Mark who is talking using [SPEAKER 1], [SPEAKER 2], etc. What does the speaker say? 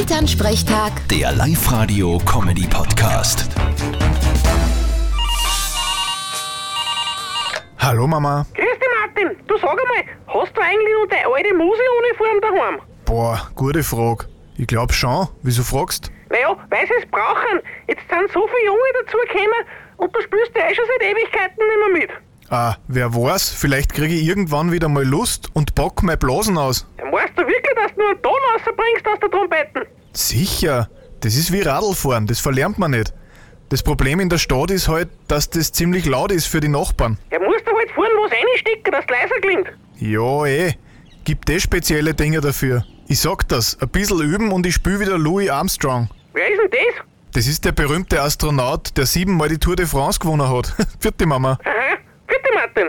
[SPEAKER 1] Elternsprechtag,
[SPEAKER 2] Der Live-Radio-Comedy-Podcast.
[SPEAKER 3] Hallo Mama.
[SPEAKER 4] Grüß dich, Martin. Du sag einmal, hast du eigentlich noch deine alte Musi-Uniform daheim?
[SPEAKER 3] Boah, gute Frage. Ich glaub schon. Wieso fragst?
[SPEAKER 4] Naja, weil sie es brauchen. Jetzt sind so viele Junge dazugekommen und du spielst ja eh schon seit Ewigkeiten nicht mehr mit.
[SPEAKER 3] Ah, wer weiß, vielleicht kriege ich irgendwann wieder mal Lust und pack meine Blasen aus.
[SPEAKER 4] Dann weißt du wirklich, dass du nur einen Ton rausbringst aus der Trompeten?
[SPEAKER 3] Sicher. Das ist wie Radlfahren, das verlernt man nicht. Das Problem in der Stadt ist halt, dass das ziemlich laut ist für die Nachbarn.
[SPEAKER 4] Ja, musst du halt vorne was reinstecken, dass es leiser klingt.
[SPEAKER 3] Ja, eh. Gibt eh spezielle Dinge dafür. Ich sag das, ein bisschen üben und ich spiel wieder Louis Armstrong.
[SPEAKER 4] Wer ist denn das?
[SPEAKER 3] Das ist der berühmte Astronaut, der siebenmal die Tour de France gewonnen hat. Vierte Mama.
[SPEAKER 4] Aha, bitte, Martin.